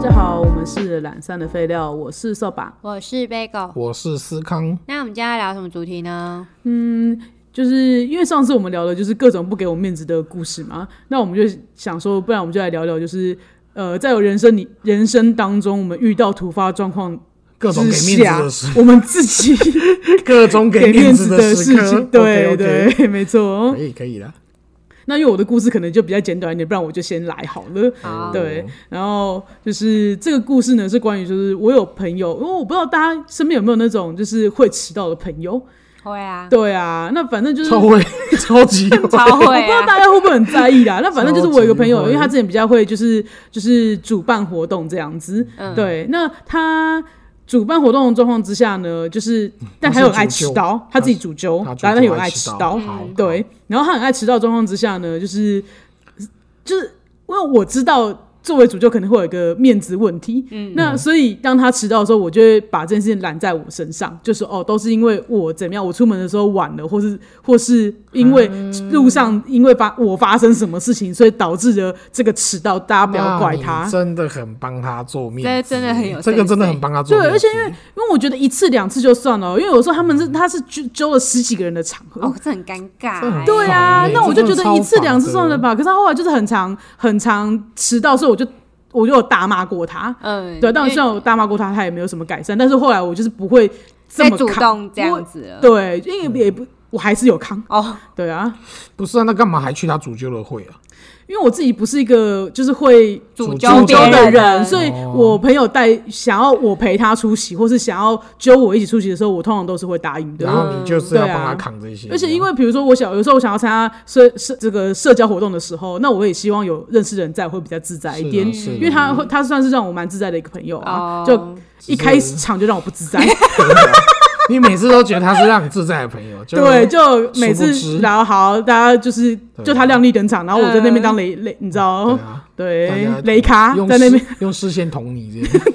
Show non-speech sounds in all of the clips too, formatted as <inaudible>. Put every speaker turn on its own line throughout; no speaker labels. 家好，我们是懒散的废料，我是扫把。
我是 Bagel。
我是思康，
那我们今天要聊什么主题呢？
嗯，就是因为上次我们聊的就是各种不给我面子的故事嘛，那我们就想说，不然我们就来聊聊，就是呃，在我人生里人生当中，我们遇到突发状况
各种
之
给面
下
子的时，
我们自己
<laughs> 各种
给面
面
子
子
的
时
事
刻
情，，对
OK，OK
对， <laughs> 没错
可。以可以的。
那因为我的故事可能就比较简短一点，不然我就先来好了。
好，
哎对，然后就是这个故事呢，是关于就是我有朋友，因为我不知道大家身边有没有那种就是会迟到的朋友。
会啊，
对啊，那反正就是
超会，超级会，
超
我
会
不知道
啊，
大家会不会很在意
<laughs>
啦。那反正就是我有一个朋友，
超级
因
会
为他之前比较会就是就是主办活动这样子，
嗯
对，那他。主办活动的状况之下呢，就是但他
嗯他是
又很爱
主
迟
揪
到，他自己主揪，
他
但
主
他
动
有爱
爱
迟
到，
到，
嗯
好，
对，然后他很爱迟到的状况之下呢，就是就是因为我知道作为主教可能会有一个面子问题，嗯，那所以当他迟到的时候，我就会把这件事情揽在我身上，就说哦，都是因为我怎么样，我出门的时候晚了，或是或是因为
啊
路上因为发我发生什么事情，所以导致了这个迟到，大家
他
不要怪他。
真的很帮他做面
这
子，
真的很有
这个
sense
真的很帮他做
对，
面
而
子，
且因为因为我觉得一次两次就算了，因为有时候他们是他是揪揪了十几个人的场合，
哦，这很尴尬
这
欸。
很
对啊
烦，欸
那我就觉
这
得
真的超
一次
烦
两次
的
算了吧。可是他后来就是很长很长迟到，所以我就我就有大骂过他。
嗯，
对，但
因为
虽然我大骂过他，他也没有什么改善，但是后来我就是不会这
在
么
主
扛
动这样子了。
对，因
嗯
为也不我还是有扛。
哦，
对啊，
不是啊，那干嘛还去他主揪的会啊？
因为我自己不是一个就是会
主
主
揪
揪
别
揪的人，
人，
所以
哦
我朋友带想要我陪他出席，或是想要揪我一起出席的时候，我通常都是会答应的
然。后你就是要帮他扛这些，
嗯啊而且因为比如说我想有时候我想要参加社社这个社交活动的时候，那我也希望有认识的人在，会比较自在一点。
是啊是啊
因为
<laughs>
他会他算是让我蛮自在的一个朋友啊，
哦
就一开始场就让我不自在，
啊你每次都觉得他是让你自在的朋友，
<laughs>
就
对，就每
殊不
次
知
然后好，大家就是
对啊
就他亮丽登场，然后我在那边当雷雷，你知道对
对，啊，大家
雷卡哦
用
啊在那边，
视用视线捅
<laughs>
你这样，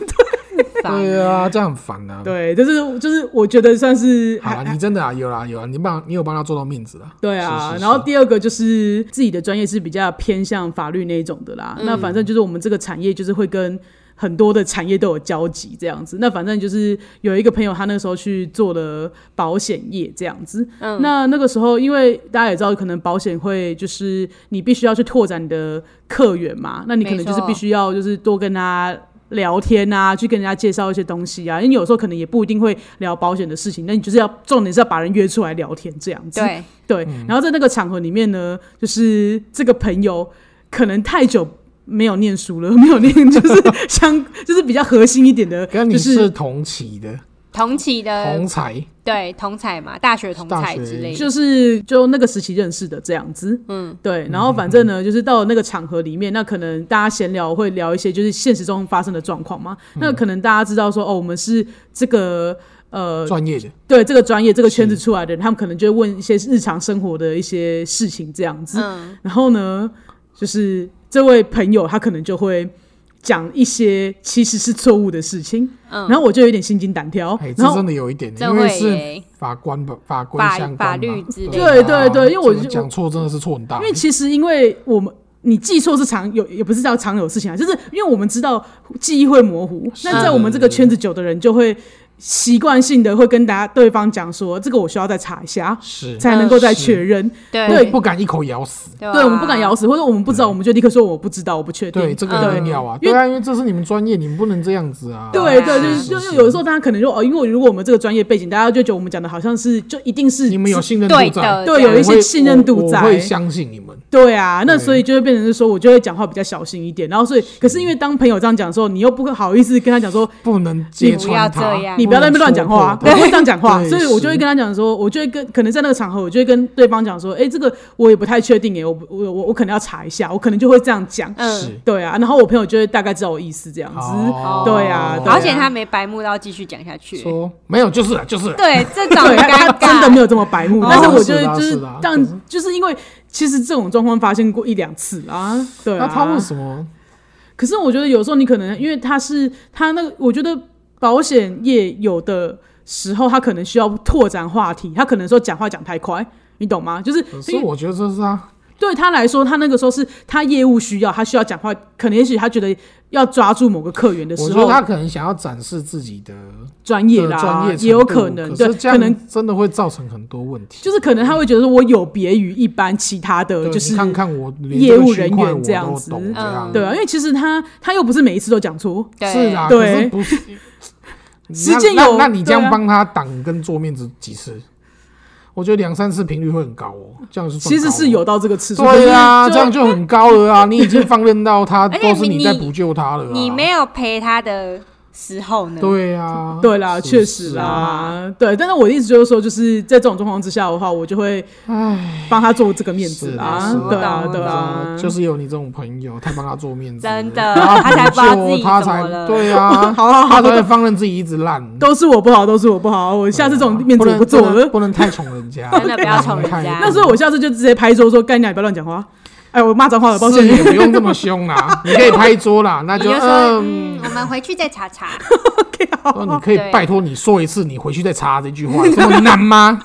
烦
嗯
对啊，这样很烦啊。
对，就是就是我觉得算是
好啦，
还
你真的啊，有啦有啦，你帮你有帮他做到面子啦。
对啊，
是是是
然后第二个就是自己的专业是比较偏向法律那一种的啦。
嗯
那反正就是我们这个产业就是会跟很多的产业都有交集这样子。那反正就是有一个朋友，他那时候去做了保险业这样子。
嗯
那那个时候，因为大家也知道，可能保险会就是你必须要去拓展你的客源嘛，那你可能就是
没错
必须要就是多跟他。聊天啊，去跟人家介绍一些东西啊，因为有时候可能也不一定会聊保险的事情，那你就是要重点是要把人约出来聊天这样子。
对，
对，
嗯
然后在那个场合里面呢，就是这个朋友可能太久没有念书了，没有念就是相就是比较核心一点的，
<laughs> 跟
就
你
是呃
是同期的，
同期的
同才，
对同彩嘛，大学同
大
彩
学
之类的，
就是就那个时期认识的这样子，嗯，对，然后反正呢，就是到了那个场合里面，那可能大家闲聊会聊一些就是现实中发生的状况嘛，
嗯
那可能大家知道说哦，我们是这个呃
专业的，
对这个专业这个圈子出来的人，他们可能就会问一些日常生活的一些事情这样子，
嗯，
然后呢，就是这位朋友他可能就会讲一些其实是错误的事情，
嗯
然后我就有点心惊胆跳
哎，，
哦然
这
后
真。的有一点，
这
因为
会
是
耶，
法官吧，法官
法
相关
法
嘛
律之类的。
对对对因为我
这个
就
讲错真的啊是错很大，
哦因为其实，因为我们你记错是常有，也不是叫常有事情啊，就是因为我们知道记忆会模糊。
是
那在我们这个圈子久的人，就会习惯性的会跟大家对方讲说，这个我需要再查一下，
是
才能够再确认。
对
对
不敢一口咬死。
对啊，
对，我们不敢咬死，或者我们不知道，我们就立刻说我不知道，我不确定。
对，这个一定要啊，
嗯因为
对啊，因为这是你们专业，你们不能这样子啊。
对对，
是
就是是就就有的时候大家可能就哦，因为如果我们这个专业背景，大家就觉得我们讲的好像是就一定是
你们有信任
对
度在，
的，
对
这
有
样
一些
我会
信任度
我我
在
会相信你们。
对啊，那
对
所以就会变成是说我就会讲话比较小心一点，然后所以可是因为当朋友这样讲的时候，你又不好意思跟他讲说
不能揭
你不要
穿他
这，样
你不要在那边乱讲话啊，
不
我
能戳破
不会这样讲话，
哦对
所以我就会
是
跟他讲说，我就会跟可能在那个场合，我就会跟对方讲说，哎，这个我也不太确定哎，我不我我我可能要查一下，我可能就会这样讲，
他
嗯，
是
对啊，然后我朋友就会大概知道我意思这样子，
哦
对啊对啊
而且他没白目到继续讲下去，
说没有就是啊就是啊，
对，这种
对，
很
他
尴
他
尬，
真的没有这么白目，
哦
但是我觉得就
是的嗯
是是
的可
但就是因为其实这种状况发生过一两次啊，对
那
啊。
他为什么？
可是我觉得有时候你可能因为他是他那个，我觉得保险业有的时候他可能需要拓展话题，他可能说讲话讲太快，你懂吗？就是
可是
因为
我觉得这是他
对他来说，他那个时候是他业务需要，他需要讲话，可能也许他觉得要抓住某个客源的
我
时
说
候，
他可能想要展示自己的
专业
的
啦，
专业程度，
也有可能，
可
对，
是这
可能
样真的会造成很多问题。
就是可能他会觉得说我有别于一般其他的，
对
就是
你看看我连
业
这个
务
区
人
块
员
我
这样
都
子
懂这样
对啊，因为其实他他又不是每一次都讲错，
嗯对
是啊，可
对
是不是。
实
那
践
那
有
那你
对
这样
啊
帮他挡跟桌面子几次？我觉得两三次频率会很高哦，这样是算
其实
高
是
哦
有到这个次数，
对啊，
可是就
这样就很高
<laughs>
了啊！你已经放任到他，
而且
都是
你
在补救他了、啊。
你没有陪他的时候呢？
对啊，
对啦，
是
确实
是啊
啦，对。但是我的意思就是说，就是在这种状况之下的话，我就会帮他做这个面子
是
啦
啊，是啊
对啊，
懂
对啊，
就是有你这种朋友，他帮他做面子，
真的
然后
他才不知道
补救
自己
他
怎么
才
了
<laughs>
对啊，
好啊好啊
他才会放任自己一直烂。
都是我不好，都是我不好，我啊下次这种面子
不
我
能
不做
不能
了。
不能太宠人家，
真的不要宠人
太
家
那时候我下次就直接拍桌说：“干你娘，不要乱讲话！”哎，我骂脏话了，抱
是
歉。
也不用这么凶啦，你可以拍桌啦，那
你
就
就说
嗯，
嗯，我们回去再查查。
说你可以
对
拜托你说一次，你回去再查这句话，这么难吗？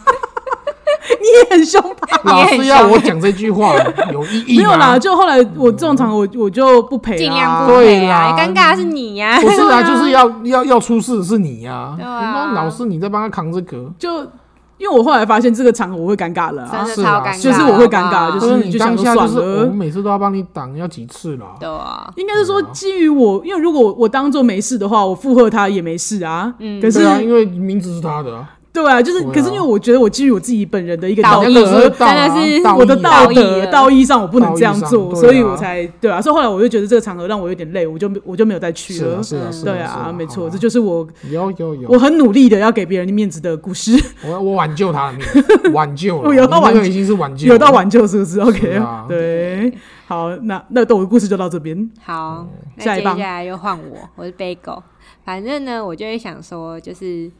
你也 <laughs> 很凶吧？
老
你很
师要
凶
我讲这句话有意义
没有
吗？
啦，就后来我这种场合我我就不赔
尽量
啦
不。
对
陪啊，
啦
尴尬的是你呀、
不是啊，就是要要要出事的是你呀、
对
你
啊
帮老师你在帮他扛这个，
就因为我后来发现这个场合我会尴尬了啊，
真
是
的超
啊
尴尬，哦
就是我会尴尬
好不好
就是
所以你当下
就想说
就是
算了
我们每次都要帮你挡，要几次了？
对啊，
应该是说基于我，因为如果我当做没事的话，我附和他也没事啊。
嗯
可是
对啊，因为名字是他的、啊，
对啊，就是，
对啊
可是因为我觉得我基于我自己本人的一个
道
道
义
德，
那个
真的是
道
我的
道
道
道义
义啊
德
啊
道义上我不能这样
道义上
做，
对啊
所以我才对啊。所以后来我就觉得这个场合让我有点累，我就我就没有再去
是
了
啊。是啊是啊，
对
是
啊，没错，
好
这
吧
就是我
有有有，
我很努力的要给别人面子的故事，
我我挽救他的
<laughs>
命，挽救了，
有到
你那个
挽
已经是挽救了，
有到挽救是不是？OK，
是啊
对，好，那那我的故事就到这边。
好，
下
那
一
接
棒
下来又换我，我是 Bagel。反正呢，我就会想说，就是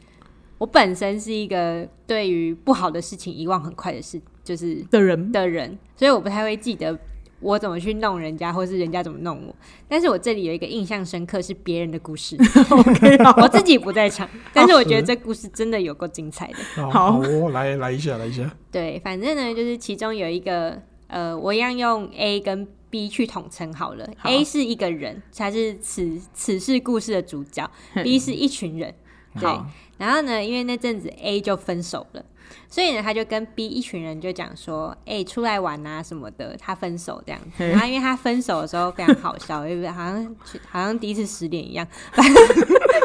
我本身是一个对于不好的事情遗忘很快的事，就是
的人
的人，所以我不太会记得我怎么去弄人家，或是人家怎么弄我。但是我这里有一个印象深刻是别人的故事，
<laughs> ，OK，
我
好，
自己不在场，但是我觉得这故事真的有够精彩的。
好
好
好哦，来来一下来一下，
对，反正呢，就是其中有一个，呃，我一样用 A 跟 B 去统称好了。
好
A 是一个人，他是此此事故事的主角
嘿
；B 是一群人。对，然后呢，因为那阵子 A 就分手了，所以呢，他就跟 B 一群人就讲说，哎、出来玩啊什么的，他分手这样子。
嘿
然后因为他分手的时候非常好笑， <laughs> 因为好像好像第一次失恋一样。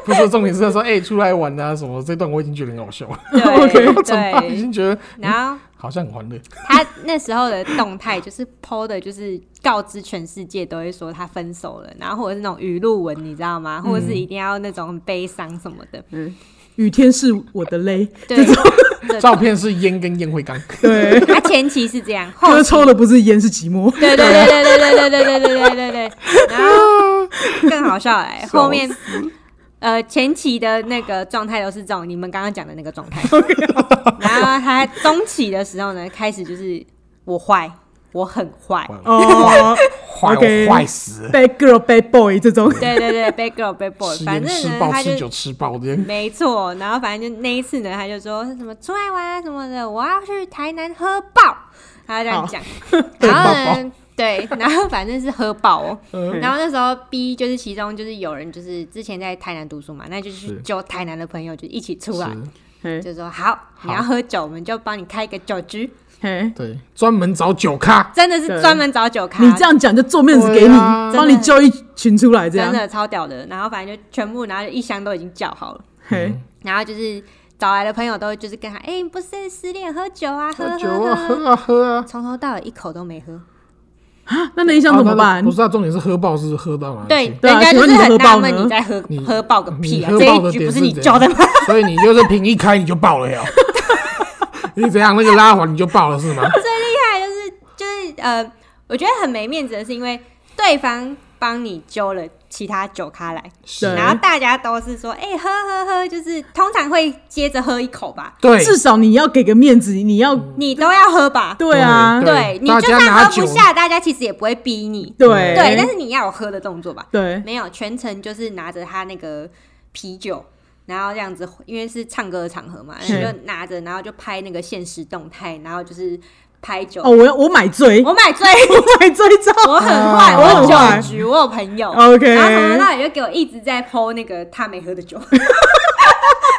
不是重点是他说哎、出来玩啊什么，这段我已经觉得很好笑了，
对
我长大
哎
已
对，
经觉得
然后。
好像很欢乐，
他那时候的动态就是 PO 的，就是告知全世界都会说他分手了，然后或者是那种语录文，你知道吗？或者是一定要那种悲伤什么的。
嗯，雨天是我的泪，
对，这
照片是烟跟烟灰缸，
对，
他前期是这样，后
哥
期
抽的不是烟是寂寞。
对对对对对对对对对对对对对，然后更好笑哎、后面。呃，前期的那个状态都是这种，你们刚刚讲的那个状态。然后他中期的时候呢，开始就是我坏，我很坏，
哦
坏
OK
我坏死
<laughs>
了，
，bad girl bad boy 这种，
对对对，bad girl bad boy，
吃
反
烟
正呢
吃，爆
他就
吃酒吃爆的。
<laughs> 没错，然后反正就那一次呢，他就说什么出来玩啊什么的，我要去台南喝爆，他就这样
<laughs>
讲。然后
喝
呢，对，然后反正是喝爆哦。
嗯
然后那时候 B 就是其中就是有人就是之前在台南读书嘛，那就去
是
揪台南的朋友就一起出来，
嘿
是
就说好，你要喝酒，我们就帮你开一个酒局，
嘿，
对，专门找酒
<laughs>
咖，
真的是
对
专门找酒咖。
你这样讲就做面子给
对
你，
啊
帮你揪一群出来这
哎
样，
真的超屌的，然后反正就全部，然后就一箱都已经叫好了。
嘿，
嗯
然后就是找来的朋友都就是跟他，哎、你不是失恋喝酒啊，喝
喝酒
喝喝，
啊，喝啊喝啊。
从头到尾一口都没喝。
啊那那一箱
啊
怎么
那
办
不？是啊，重点是喝爆是喝到哪里
对，
去？
对啊
人家就
请
是
问你
很
的喝
纳
爆呢
闷你在喝
你
喝爆个屁啊！
你喝
这
爆的
一局不
点
是
是
你
怎
教的吗？ <laughs>
<laughs> 所以你就是瓶一开你就爆了呀。 <laughs> 你怎样那个拉环你就爆了是吗？
就是呃，我觉得很没面子的是，因为对方帮你揪了其他酒咖来，
对
然后大家都是说，哎、喝喝喝，就是通常会接着喝一口吧，
对，
至少你要给个面子，你要
你都要喝吧。
对啊，
嗯对
对，你
大
就
家
算
拿
喝不
酒
下，大家其实也不会逼你。
对
对，但是你要有喝的动作吧。
对
没有，全程就是拿着他那个啤酒，然后这样子，因为是唱歌的场合嘛，然后
是
就拿着，然后就拍那个现实动态，然后就是拍酒，
哦，我要我买醉，
我买醉，
<laughs>
<laughs>
我买醉照，
我很坏，
啊
我有
我很坏
酒局，我有朋友
OK
然后从头到尾就给我一直在 PO 那个他没喝的酒， <laughs>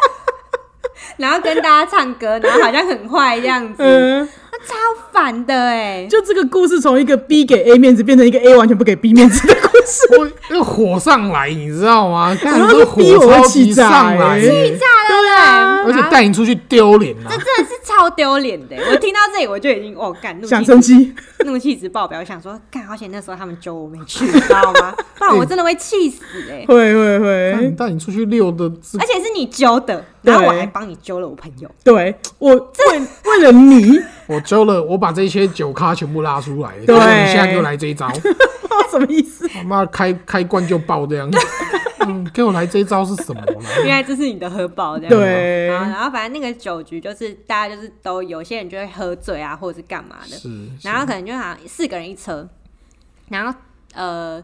然后跟大家唱歌，然后好像很坏这样子，
嗯，
那超烦的哎、
就这个故事从一个 B 给 A 面子变成一个 A 完全不给 B 面子的故事。
我那火上来，你知道吗？干
然后
这
就
个
逼
火
我
超
气
级
炸
上
欸
来，
气
炸了
对啊
而且带你出去丢脸啊！
真的是超丢脸的欸、我听到这里 <laughs> 我就已经哦，干怒
想
气
生气，
<laughs> 怒气值爆表，我想说干，而且那时候他们揪我没去，你知道吗？不然我真的会气死哎、
会会会，
带你出去溜的，这
哎
而且是你揪的，然后我
对
还帮你揪了我朋友，
对我为为了你， <laughs>
我揪了，我把这些酒咖全部拉出来，
对
结果你现在给我来这一招， <laughs>
哦什么意思？
他妈开开罐就爆
<laughs>
这样，嗯，给我来这一招是什么
原
呢？
来这是你的喝爆这样。
对，
然后，然后反正那个酒局就是大家就是都有些人就会喝醉啊，或者是干嘛的，
是，
然后可能就好像四个人一车，然后呃，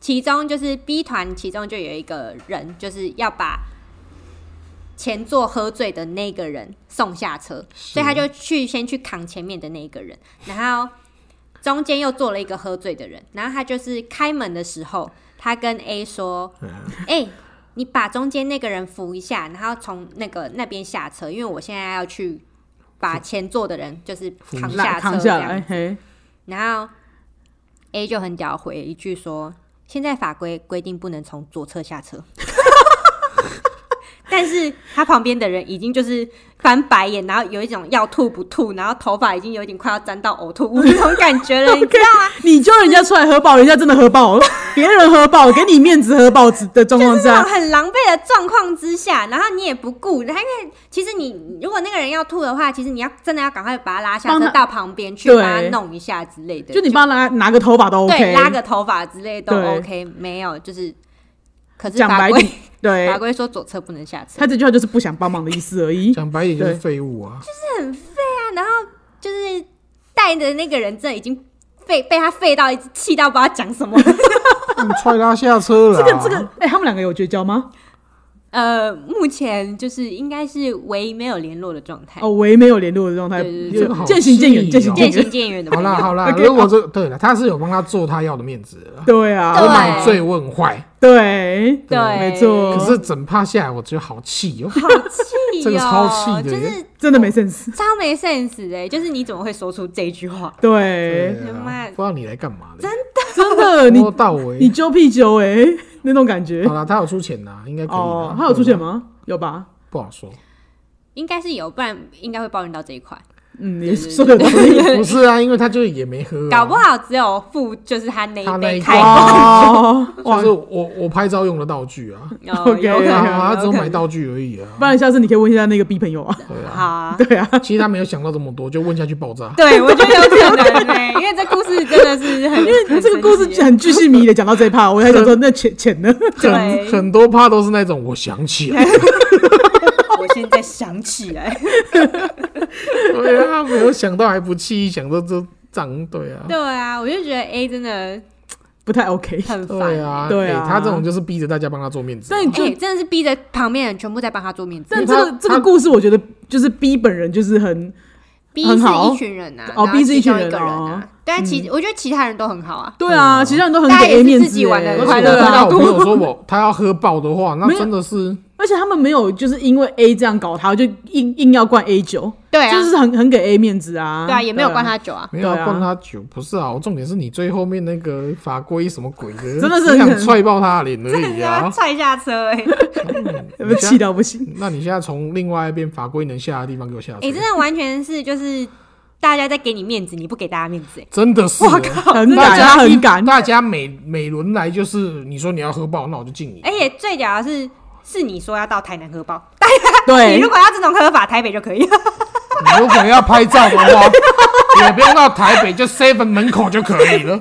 其中就是 B 团，其中就有一个人就是要把前座喝醉的那个人送下车，所以他就去先去扛前面的那一个人，然后中间又坐了一个喝醉的人，然后他就是开门的时候，他跟 A 说：“
嗯
哎、你把中间那个人扶一下，然后从那个那边下车，因为我现在要去把前座的人就是扛下
来
车
扛
这
下
样
来，嘿，
然后 A 就很屌回一句说：“现在法规规定不能从左侧下车。” <laughs> 但是他旁边的人已经就是翻白眼，然后有一种要吐不吐，然后头发已经有一点快要沾到呕吐物那种感觉
<laughs>
了，你知道啊吗？
你揪人家出来喝爆，人家真的喝爆，别人喝爆，给你面子喝爆的状
就
况
是那
下
种，很狼狈的状况之下，然后你也不顾，他因为其实你如果那个人要吐的话，其实你要真的要赶快把他拉下
帮
车
他
到旁边去，
对
帮他弄一下之类的。
就你帮他拿拿个头发都
对，
OK，
拉个头发之类都
对
OK，没有就是，可是
讲
法
白
规
点，
<laughs>
对
法，规说左侧不能下车，
他这句话就是不想帮忙的意思而已。
讲白一 <laughs> 点就是啊
对
废物啊，
对啊，然后就是带的那个人真的已经废被他废到一直气到不知道讲什么，
你嗯踹他下车了
这
啊，
个这个，哎，他们两个有绝交吗？
呃，目前就是应该是唯一没有联络的状态，
哦，唯没有联络的状态
对对，对
就渐行渐远，
这
渐行
个哦好
渐
渐
远。
行渐远的
好
朋
啦
友。
好啦，
OK，
如果这对了，他是有帮他做他要的面子了，
对啊，
对
我买醉我很坏，
对，
对，
没错
可是整趴下来我觉得好气哦，
好气
这个超气
哦，
的
就是
真的没 sense。
超没 sense 哎、就是你怎么会说出这句话？
对，
对啊
妈
不知道你来干嘛的，
真的，哎你
从头到
你
尾。
揪啤酒哎，那种感觉
好。啦，他有出钱呐，应啊该可以啦。
哦，他有出钱
对吧？啊
吗？有吧？
不好说。
应该是有，不然应该会抱怨到这一块。
嗯，也是说的有道理。
不是啊，因为他就也没喝啊。
搞不好只有付就是他那
他
一
那
杯
一
开
罐
哦，哇
就，是我我拍照用的道具啊，
<laughs>
哦
OK
有可
对
能
啊，
有
他只有
可
买
能
道具而已啊
不。然下次你可以问一下那个 B 朋友啊。
对啊，
好啊。
对啊，
其实他没有想到这么多，就问下去爆炸。
对，我觉得有可
<laughs>
能呢、因为这故事真的是很，因为
这个故事很巨细靡遗的讲到这一趴，我还想说那钱钱呢？
<laughs> 对
很很多趴都是那种，我想起来，
我现在想起来，
对啊，没有想到还不气，一想到这脏，对啊，
对啊，我就觉得 A 真的
不太 OK。
<laughs> 很烦、欸
对啊，
对啊
哎他这种就是逼着大家帮他做面子啊。
但就
哎、真的是逼着旁边人全部在帮他做面子。
但
因为
这
他
个这个
他
故事，我觉得就是 B 本人就是很
B
很
是
好
一群人啊，
哦
然后
B 是一
其中
群人
个人
哦
啊，但其、我觉得其他人都很好啊，
对啊，其他人都很
大家
给
也
A
是
面
自己
子
玩
欸
得很
而且
快
我
乐
看
啊
到我朋友说我他要喝爆的话，那
没有
真的是
而且他们没有就是因为 A 这样搞他，就硬硬要灌 A 酒，
对啊，
就是很很给 A 面子啊。
对啊，也没有灌他酒啊，
没有
对啊
灌他酒，不是啊，我重点是你最后面那个法规什么鬼的，
真的是
只
很
想踹爆他的脸而已
把他
啊。
踹下车
<laughs>
哎、
对啊，气到不行。
<laughs>
那你现在从另外一边法规能下的地方给我下
哎、
去，
真的完全是就是大家在给你面子，你不给大家面子、欸，
真的是，
很敢，他很敢，
大家每每轮来就是你说你要喝爆，那我就敬你。
而且最屌的是，是你说要到台南喝爆， <laughs> 你
对
如，果要这种喝法，台北就可以了。
你如果要拍照的话， <laughs> 也不用到台北，就 seven 门口就可以了。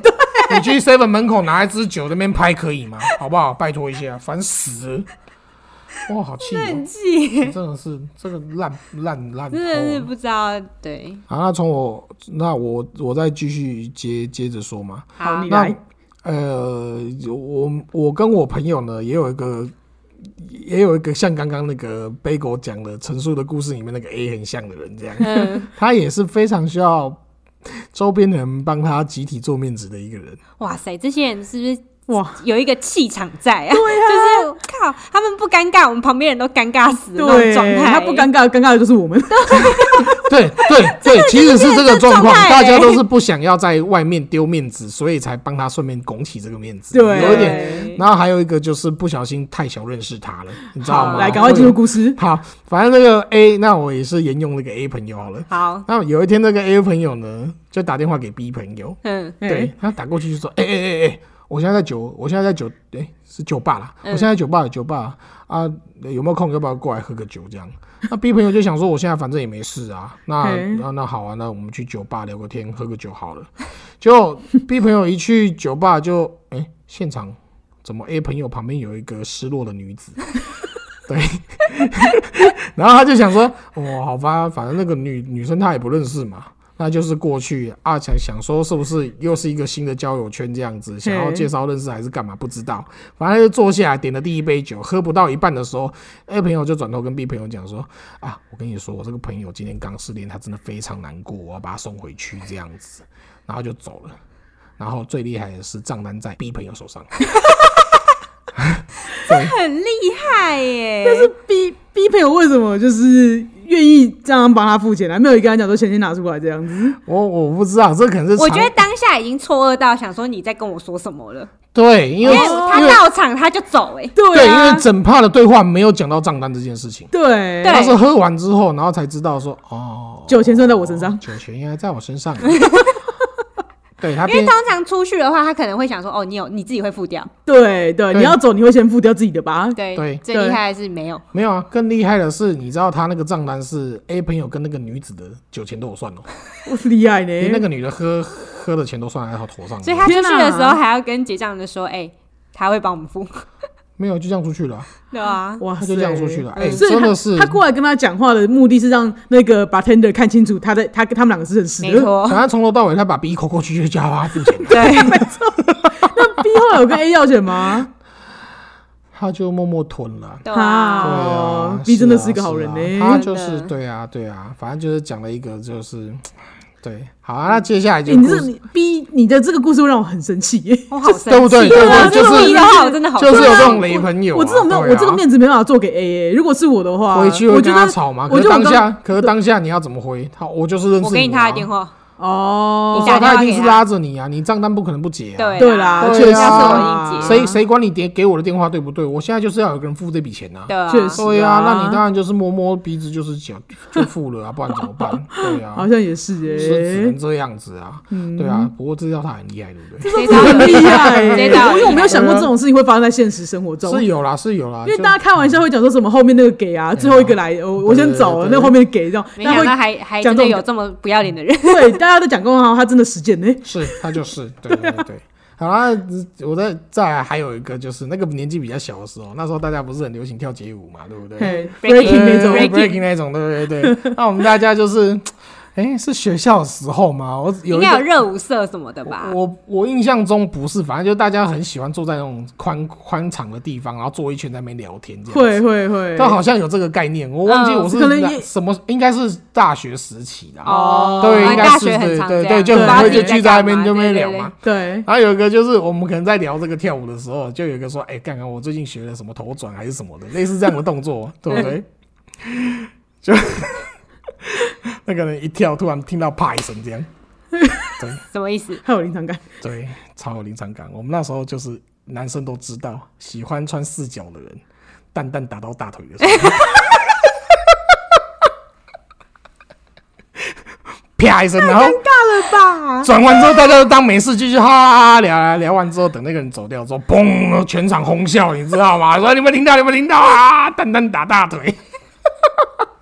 你去 seven 门口拿一支酒在那边拍可以吗？好不好？拜托一下，烦死了！哇，好气、哦！
气，
真的是这个烂烂烂透
真的是
了。
不知道。对，
好，那从我那我我再继续接接着说嘛。
好，
好
你
那
来，
呃，我我跟我朋友呢，也有一个也有一个像刚刚那个 b <laughs> 狗讲的陈述的故事里面那个 A 很像的人，这样，他也是非常需要周边的人帮他集体做面子的一个人。
哇塞，这些人是不是
哇，
有一个气场在啊？对啊，就是靠，他们不尴尬，我们旁边人都尴尬死的那种
对
状，态。
他不尴尬，尴尬的就是我们。
对对对，其实是这个状况，
这个状态
大家都是不想要在外面丢面子，所以才帮他顺便拱起这个面子，
对
有一点。
点
然后还有一个就是不小心太小认识他了，你知道
好
吗？
来，赶快进入故事。
<laughs> 好，反正那个 A，那我也是沿用那个 A 朋友好了。
好，
那有一天，那个 A 朋友呢，就打电话给 B 朋友，
嗯，
哎
对他打过去就说：“哎哎哎哎，我现在在酒，我现在在酒，哎、是酒吧啦，
嗯
我现在在酒吧，酒吧啊，有没有空？要不要过来喝个酒？”这样，那 B 朋友就想说：“我现在反正也没事啊，那
嗯
那那好啊，那我们去酒吧聊个天，喝个酒好了。”结果 B 朋友一去酒吧就，哎、现场怎么 A 朋友旁边有一个失落的女子？对， <laughs> 然后他就想说，哦，好吧，反正那个女女生她也不认识嘛，那就是过去啊，想想说是不是又是一个新的交友圈这样子，想要介绍认识还是干嘛不知道，反正就坐下来点了第一杯酒，喝不到一半的时候，A 朋友就转头跟 B 朋友讲说，啊，我跟你说，我这个朋友今天刚失恋，他真的非常难过，我要把他送回去这样子，然后就走了。然后最厉害的是账单在 B 朋友
<laughs>
手上，对，
很厉害耶。
但是 B B 朋友为什么就是愿意这样帮他付钱啊呢？没有一个人讲说钱先拿出来这样子。
我我不知道，这可能是
我
常
觉得当下已经错愕到想说你在跟我说什么了，
对，因
因
为
为
因
他
为
到场他就走哎、
对，因
啊
为，整趴的对话没有讲到账单这件事情，
对
对
他是喝完之后，然后才知道说哦，
酒钱算在我身上
酒钱应该在我
<laughs>
身上。对
因
他
为
变
通常出去的话，他可能会想说哦，你有你自己会付掉，
对对，
对
你要走，你会先付掉自己的吧？
对
对
最厉害的是没有，
没有啊，更厉害的是，你知道他那个账单是 A 朋友跟那个女子的酒钱都有算哦，
我厉害
连那
呢。
个女的喝喝的钱都算在他头上，
所以他出
天
去的时候
哪
还要跟结账的说，哎、他会帮我们付，
没有就这样出去了啊，
对啊，
哇
他
塞，
就这样出去了，哎，
所以
真
他
的是
他过来跟他讲话的目的是让那个 bartender 看清楚他在他跟他们两个是认识
没
的。
错
反，正从头到尾他把 B 扣过去就叫他付钱，
对，
那 B 后来有跟 A 要钱
<laughs>
吗？
他就默默吞了。
对
好
啊，
对啊
哦，B
是
真的
啊
是个好人
啊
呢
他就
真
是
的
对啊，对啊，反正就是讲了一个就是，对，好啊，那接下来就
欸你
故
这
事
你 B 你的这个故事会让我很生气耶。
哦我好生气，
对不对
对啊
就
就是是
你的话，我真的好生
就
气，
是有这种雷朋友啊，
我这种没有，
对啊
我这个面子没办法做给 A A。如果是我的话，
回去
我
会
觉
跟他
得
吵嘛。可
我
是
觉得我刚
当下，可是当下你要怎么回？他我就是认识
我给你
啊
他的电，话，
哦
你打
我说
电话
他
给
一定是
他
拉着你啊，你账单不可能不结啊。
对
对啦，
对啊
确实
下次我
啊
应接
谁谁管你给给我的电话对不对？我现在就是要有个人付这笔钱呐、
对啊，
确实
对啊，
是啊
那你当然就是摸摸鼻子就是缴就付了啊，不然怎么办？对啊
<laughs> 好，像也是
是只
耶
能。这样子啊。
嗯
对啊，不过这叫他很厉害，对不对？
谁
真的 <laughs>
找
很
你
厉
<laughs>
害耶，
这倒
因为我没有想过
嗯
对啊
这种事情会发生在现实生活中。
是有啦，是有啦，
因为
就
大家开玩笑会讲说什么后面那个给啊，最后一个来，我我先走了，
嗯对对对
那后面给这样，
没
但
想
会
到还还
讲
真
这种
的有这么不要脸的人，
<laughs> 对大家都讲过哈，他真的实践呢。
是他就是，对对
<laughs>
对对。好啦，我再再来还有一个就是那个年纪比较小的时候，那时候大家不是很流行跳街舞嘛，对不对？
嘿 breaking
Breaking，
那种
对
breaking
breaking 那种，对对对。那我们大家就是， <laughs> 哎，是学校的时候吗？我
应
有一
该有
个，
热舞社什么的吧？
我我印象中不是，反正就大家很喜欢坐在那种宽宽敞的地方，然后坐一圈在那边聊天这
哦
样。
会。会会，
但好像有这个概念，我忘记
嗯
我是
可能也
什么，应该是大学时期的，
哦
对，
啊
应该
大
是
学很
对
常
对
这样
对，就
不知道
很会
自
就
己
在
聚在那
干
边
嘛
就那边
对
聊
对
嘛。
对，
然后有一个就是我们可能在聊这个跳舞的时候，就有一个说：“哎、看看我最近学了什么头转还是什么的，类似这样的动
<laughs>
作，对不对？”
嗯
就 <laughs> 那个人一跳，突然听到啪一声，这样，对
什么意思？
还有临场感，
对，超有临场感。我们那时候就是男生都知道，喜欢穿四角的人，蛋蛋打到大腿的时候，啪一声，然后
尬了吧？
转完之后，大家都当没事，继续哈哈哈聊啊聊完之后，等那个人走掉之后，嘣，全场哄笑，你知道吗？说你们听到，你们听到啊，蛋蛋打大腿。 <laughs>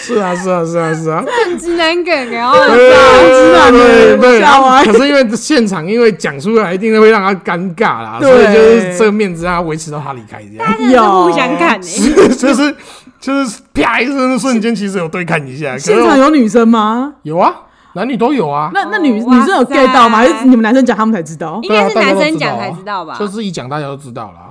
是啊，是啊，是啊，是啊，
很直男梗
<laughs>
然后
对啊，
很直
对
男的
对。
笑啊
啊可是因为现场，因为讲出来一定会让他尴尬啦，
对
所以就是这个面子让他维持到他离开这
<laughs>
样。
真的是互相看欸诶，
就是就是啪一声的瞬间，其实有对看一下，可是
现场有女生吗？
有啊，男女都有啊。
那那女
哇
女生有 get 到吗？
塞
还是你们男生讲他们才知道？
应该是
对啊
男生
哦
大家都知道
讲
啊
才知道吧？
就是一讲大家就知道了啊。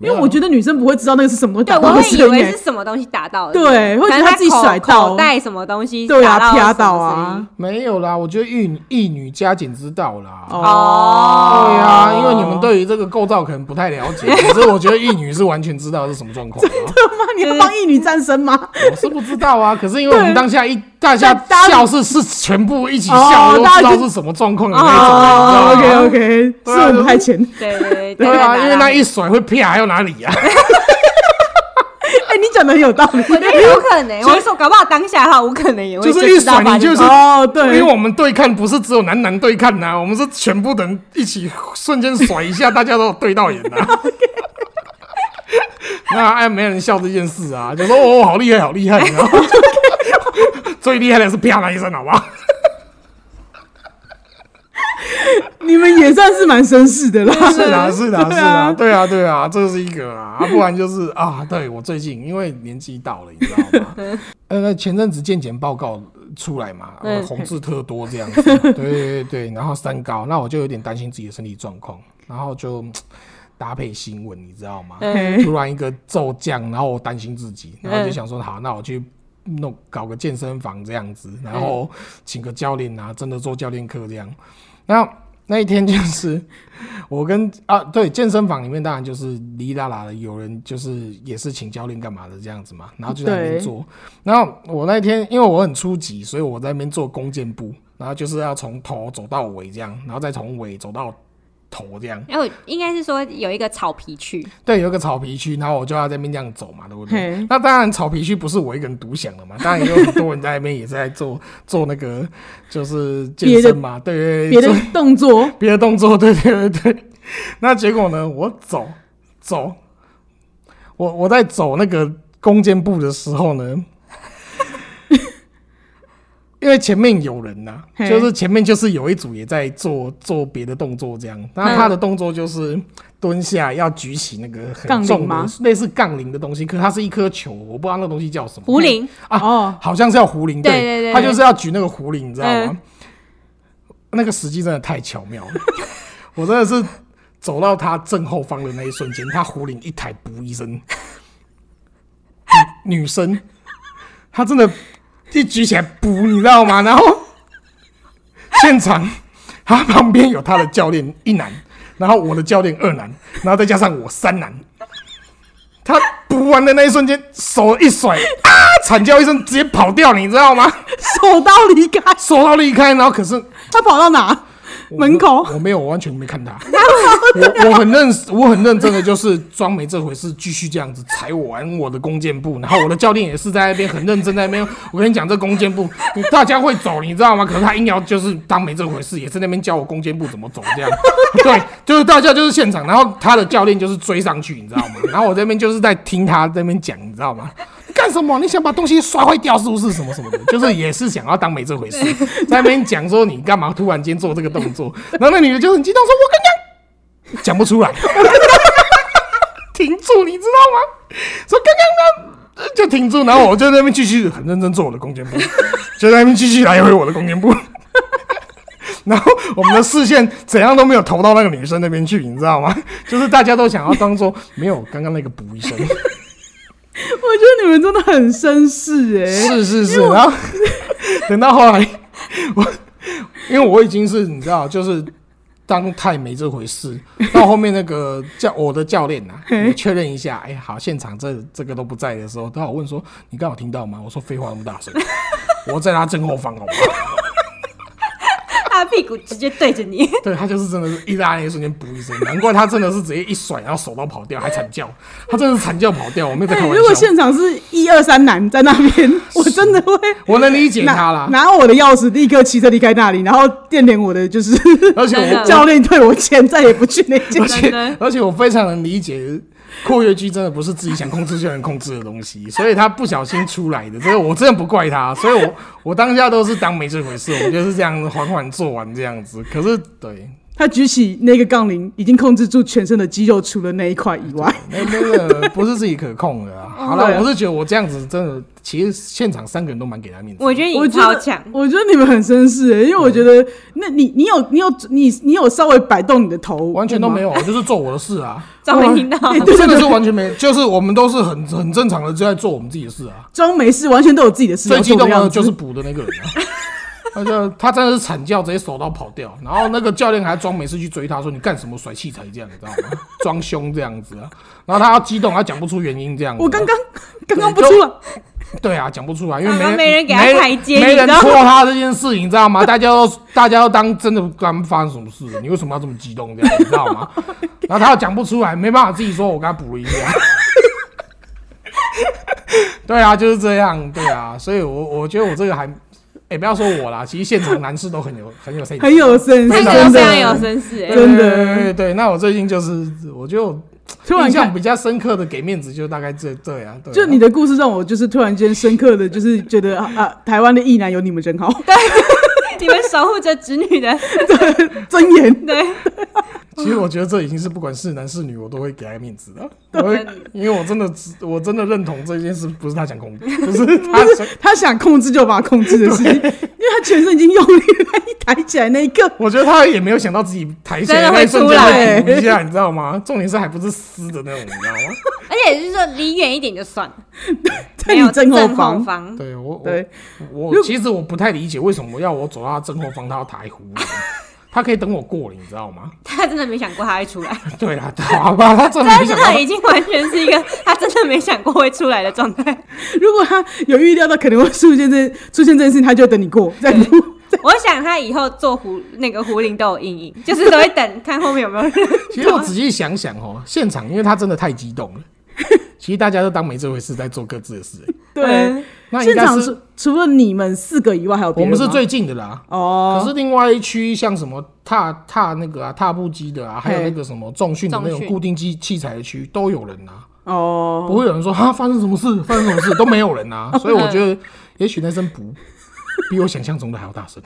因为我觉得女生不会知道那个是什么东西
对，
打
我
到的
会以
声
为
音 <laughs>
是。什么东西打到的，
对会
可
觉得
能
他
他
自己
口
甩到
口袋什么东西，
对啊
啊，
啪到啊，
没有啦，我觉得一女一女加减知道啦。
哦
对啊，因为你们对于这个构造可能不太了
<laughs>
解，可是我觉得一女是完全知道是什么状况、啊。
妈，你要
嗯
帮一女战神吗？
我是不知道啊，可是因为我们当下一大家
对大家
笑是是全部一起
哦
笑，都
大
知
家
道
就是
什么状况的那种，
哦
你知
，OK
道
OK，是
吗？啊对啊
我们太浅。
对对对，
对啊，因为那一
一
甩会啪，还有哪里啊呀？
哎，你讲的很有道理。
有可
<laughs>
能，我说搞不好当下哈，我可能也会
就是一
知道
甩
发
你
生
就
什
是
么
哦，对，
<laughs> 因为我们对看不是只有男男对看呐、我们是全部的人一起瞬间甩一下，大 <laughs> 家都有对到眼呐、 <laughs> 那哎，没人笑这件事啊，就说哦，好厉害，好厉害，然后 <laughs> 最厉害的是啪啦一声，好不好？
你们也算是蛮绅士的啦。
是啊，是啊，
对
是啊，对啊，对啊，这是一个啊，啊不然就是啊，对我最近因为年纪到了，你知道 <laughs> 吗？呃，那前阵子健检报告出来嘛，呃
嗯
红字特多这样子，啊对对对，然后三高，那我就有点担心自己的身体状况，然后就嗯搭配新闻，你知道吗？
嘿
突然一个骤降，然后我担心自己，然后就想说，好，那我去弄搞个健身房这样子，然后请个教练啊，真的做教练课这样。那那一天就是 <laughs> 我跟啊，对，健身房里面当然就是哩啦啦的，有人就是也是请教练干嘛的这样子嘛，然后就在那边
对
做。然后我那一天因为我很初级，所以我在那边做弓箭步，然后就是要从头走到尾这样，然后再从尾走到头这样。
哎，我应该是说有一个草皮
<laughs>
区，
对，有一个草皮区，然后我就要在那边这样走嘛，对不对
嘿？
那当然，草皮区不是我一个人独享的嘛，当然也有很多人在那边也在做做那个就是健身嘛，对对
别
对，
的
做
动作，
别的动作，对对对对。那结果呢，我走走，我我在走那个弓箭步的时候呢。 <laughs> 因为前面有人呐、
嘿
就是前面就是有一组也在做做别的动作这样，那他的动作就是蹲下要举起那个
杠
很
铃
重的
吗
类似杠铃的东西，可它是一颗球，我不知道那东西叫什么。
胡林
啊
哦
好像是要胡铃，
对对对
他就是要举那个胡铃，你知道吗
嗯？
那个时机真的太巧妙了， <laughs> 我真的是走到他正后方的那一瞬间，他胡铃一抬，噗一声，女女生，她真的一举起来，噗，你知道吗？然后现场他旁边有他的教练一男，然后我的教练二男，然后再加上我三男。他补完的那一瞬间，手一甩，啊！惨叫一声，直接跑掉，你知道吗？
手刀离开，
手刀离开，然后可是
他跑到哪？
我
门口
我没有，我完全没看他。我我很认，我很认真的，就是装没这回事，继续这样子踩我玩我的弓箭步。然后我的教练也是在那边很认真在那边，我跟你讲，这弓箭步你大家会走，你知道吗？可是他硬要就是当没这回事，也是在那边教我弓箭步怎么走这样。对，就是大家就是现场，然后他的教练就是追上去，你知道吗？然后我这边就是在听他这边讲，你知道吗？你干什么？你想把东西摔坏掉是不是？什么什么的，就是也是想要当没这回事，在那边讲说你干嘛突然间做这个动作，然后那女的就很激动说：“我跟你讲。”讲不出来，停住，你知道吗？说刚刚呢就停住，然后我就在那边继续很认真做我的弓箭步，就在那边继续来回我的弓箭步。 <laughs> 然后我们的视线怎样都没有投到那个女生那边去，你知道吗？就是大家都想要当做没有刚刚那个补一声，
我觉得你们真的很绅士哎。
是是是。
<laughs>
然后等到后来，我因为我已经是你知道，就是当太没这
<laughs>
回事。到后面那个教我的教练呐、也确认一下，哎、好，现场这这个都不在的时候，他有问说：“你刚好听到吗？”我说：“废话那么
<laughs>
大声，我在他正后方，好不好？”
他屁股直接对着
<laughs>
你，
对他就是真的是一拉那一瞬间补一声，难怪他真的是直接一甩，然后手刀跑掉，还惨叫，他真的是惨叫跑掉，我没有在开
哎
玩
如果
笑。
现场是一二三男在那边，我真的会
我能理解他
拿
啦，
拿我的钥匙立刻骑车离开那里，然后电联我的就是 <laughs>
而且
真的
我
教练退我钱，再也不去那间
而。且
真的
<laughs> 而且我非常能理解，括约肌真的不是自己想控制就能控制的东西，所以他不小心出来的，所以我真的不怪他，所以 <laughs> 我我当下都是当没这回事，我就是这样缓缓做完这样子。可是对
他举起那个杠铃，已经控制住全身的肌肉，除了那一块以外。
那那个不是自己可控的啊。好
对啊
了，我是觉得我这样子真的，其实现场三个人都蛮给他面
<laughs>
子。
我觉得
我
你
觉得
超强，
我觉得你们很绅士、欸，因为我觉
嗯
得，那你你有你有你你有稍微摆动你的头，
完全都没
有。
有，就是做我的事啊，
终于听到，
<laughs>
真的是完全没，就是我们都是很很正常的就在做我们自己的事啊。
装没事，完全都有自己的事
最
要
激
做的
动
样
的
子。
就是补的那个
<laughs>
人、啊，他就他真的是惨叫，直接手刀跑掉，然后那个教练还装没事去追他，说你干什么甩器材这样，你知道吗？装凶这样子啊，然后他要激动，他讲不出原因这样子啊、
我
<laughs>
刚刚刚刚不出来，
对啊，讲不出来，因
刚
为没
刚
人
没人给他台阶
没
你
人
知道
戳他这件事情，你知道吗？大家都大家都当真的刚发生什么事，你为什么要这么激动这样，你知道吗？然后他又讲不出来，没办法自己说，我刚补了一下。 <laughs> 对啊，就是这样，对啊，所以我我觉得我这个还，也、不要说我啦，其实现场男士都很有很有 sense
很有绅
这
士，
个
真
非常有
的。
绅士哎
对。真的
对对对对。那我最近就是，我就
突然
印象
看，
比较深刻的给面子，就大概这对啊，对啊
就你的故事让我就是突然间深刻的就是觉得啊啊，台湾的异男有你们真好，
你们守护着侄女的，
真言。 <laughs>
对，
其实我觉得这已经是不管是男是女，我都会给他面子的。我
<laughs>
会，因为我真的知，我真的认同这件事，不是他想控制，不是他想。 <laughs>
他想控制就把他控制的事情，因为他全身已经用力了，他一抬起来那一刻，
我觉得他也没有想到自己抬起来
真的
那
会
一瞬
出来
间会鼓一下，你知道吗？重点是还不是湿的那种，你知道吗？ <laughs>
而且就是说离远一点就算了，
在
没
你
有
正后
后
方。
方，
对我，
对，
我我其实我不太理解为什么要我走到他正后方，他要抬壶，他可以等我过了，你知道吗？ <laughs>
他真的没想过他会出来，
对啊，好吧，他真的
他
没
真
想到
的已经完全是一个他真的没想过会出来的
<laughs>
状态。
<laughs> 如果他有预料到可能会出现这出现这件事情，他就等你 <laughs> 过，再不
我想他以后做狐那个狐狸都有阴影，就是都会等看后面有没有人。
其实我仔细想想哦，现场因为他真的太激动了， <laughs> 其实大家都当没这回事，在做各自的事。
嗯
对。
那应
现
该
场
是
除除了你们四个以外，还有别
我
人
们
吗
是最近的啦。可
哦，
是另外一区像什么踏踏那个啊踏步机的啊，还有
嘿
那个什么重训的那
重
种
训
固定机器材的区都有人啊，
哦，
不会有人说 <laughs> 啊发生什么事，发生什么事都没有人啊，所以我觉得也许那声不比我想象中的还要大声。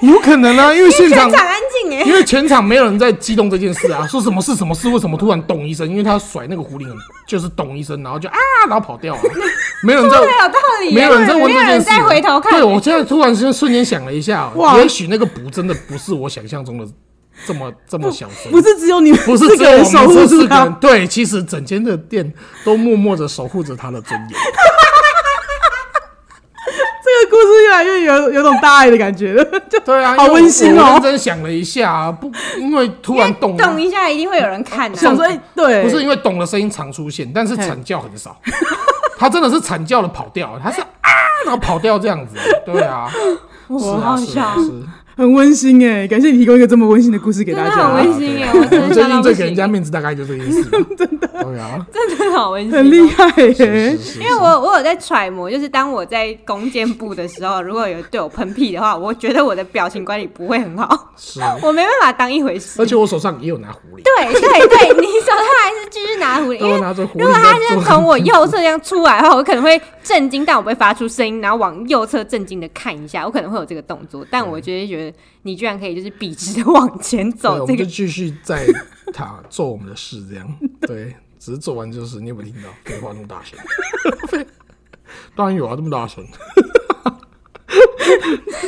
有可能啊，因为现场
全场安静哎，
<laughs> 因为全场没有人在激动这件事啊，说什么是什么事，为什么突然咚一声？因为他甩那个狐狸很，就是咚一声，然后就啊，然后跑
<laughs>
掉了，没有人在
说，
啊
啊的有道理耶，
没有人在问
没有
这件
人
事。
再回头看。欸
对我现在突然间瞬间想了一下
哇，
也许那个不真的不是我想象中的这么 <laughs> 这么小声
不。是只有你们
不是
四
只
个
有我
人
们
守护
这
住
四个人
他，，
对，其实整间的店都默默的守护着他的尊
<laughs>
严。
这个故事越来越有有种大爱的感觉 <laughs> 了，就
对啊，
好温馨
因为
哦
我我认真想了一下啊，不，因为突然
因
咚
为动一下一定会有人看啊的、
想说，哎，对，
不是因为懂的声音常出现，但是惨叫很少。 <laughs> 他真的是惨叫的跑掉，他是啊，然后跑掉这样子。对啊，是
<laughs> 我
啊
好
是啊
笑
是。
很温馨哎，感谢你提供一个这么温馨的故事给
真
大
的
家
好
啊，
温馨耶！我
我
真
们
的
最
笑到
近
不
最给人家
行，
面子大概就这
<laughs>
件事。真的。对
<laughs>
啊，
真的好温馨，哦
很厉。害哎
是
耶
是。是
因为我我有在揣摩，就是当我在弓箭步的时候，如果有对我喷屁的话，我觉得我的表情管理不会很好， <laughs>
是，
我没办法当一回事
而。且我手上也有拿狐狸，
对对对，你手上还是继续拿狐
<laughs>
狸，因
都
为
拿着狐狸
如果它
在
是
做
从我右侧这样出来的话，我可能会震惊，但我不会发出声音，然后往右侧震惊的看一下，我可能会有这个动作，但我觉得觉得你居然可以就是笔直的往前
对
走，这
我们
个
就继续在他做我们的事，这样对。只是做完就是你有没有听到？废话那么大声， <laughs> 当然有啊，这么大声。 <laughs>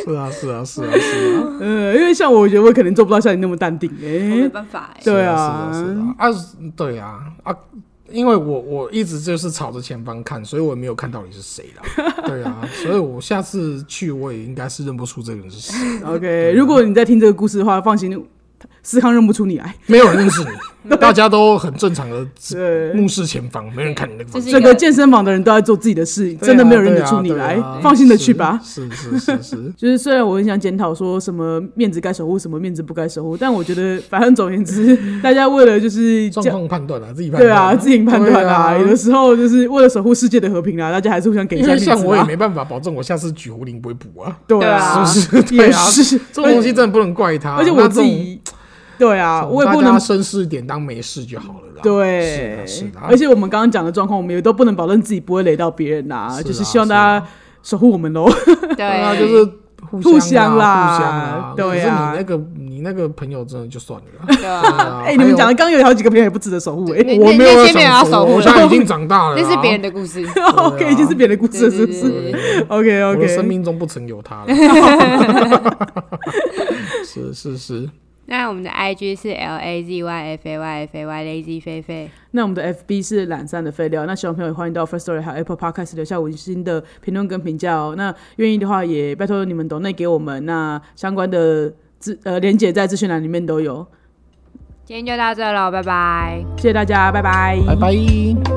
是啊，是啊，是啊，是啊。
呃，因为像我，我觉得我可能做不到像你那么淡定
我没
哎，
办法哎、
对
啊，是的，是
啊，
的啊，对啊，啊，因为我我一直就是朝着前方看，所以我也没有看到你是谁啦。对啊，所以我下次去我也应该是认不出这个人是谁，
OK，如果你在听这个故事的话，放心，思康认不出你来。
没有人认识你，大家都很正常的
对，
目视前方，没人看你那个
这
方
是
向。
一
整个健身房的人都在做自己的事，真的没有人
对
认
啊
得出你
对啊
来
对啊，
放心的去吧。
是是
<laughs>
是是，
就是虽然我很想检讨说什么面子该守护，什么面子不该守护，但我觉得反正总而言之， <laughs> 大家为了就是
状
这样
况判断啊，自己判
对
断
啊自行判断啊，有
对
的时候就是为了守护世界的和平啊，大家还是互相给一
因
下
为
面子
像我也
啊。
没办法保证我下次举壶铃不会补啊，
对啊，
是不是？对
也
啊，
是 <laughs>
这种东西真的不能怪他。
而且
那
我
这
自
种
己对啊，我也
大
不
家
能
绅士一点，当没事就好了啦。
对，
是的，是的。啊
而且我们刚刚讲的状况，我们也都不能保证自己不会雷到别人呐、
是啊
就是希望大家。守护我们喽。
对
对啊，就是互
互
相
相
啦，
啦
互相啦。
对
可
啊
是你那个你那个朋友真的就算了啦。
对
<laughs>
啊，
<laughs> 哎、你们讲的刚有好几个朋友也不值得守护哎、
那
我没有
那些没有要守护
我
了
现在已经长大
<laughs>
了啦，啊
那是别人的故
<laughs>
事。
<laughs> OK，已经是别人的故事了，是不
对
是
对
对
？OK
我的生
OK，
命中不曾有他了。是是是，
那我们的 IG 是 L A Z Y F A Y F A Y Lazy 菲菲，
那我们的 FB 是懒散的废料，那希望朋友也欢迎到 First Story 还有 Apple Podcast 留下五星的评论跟评价哦。那愿意的话也拜托你们抖内给我们，那相关的资呃连结在资讯栏里面都有。
今天就到这了，拜拜。
谢谢大家，拜拜，
拜拜。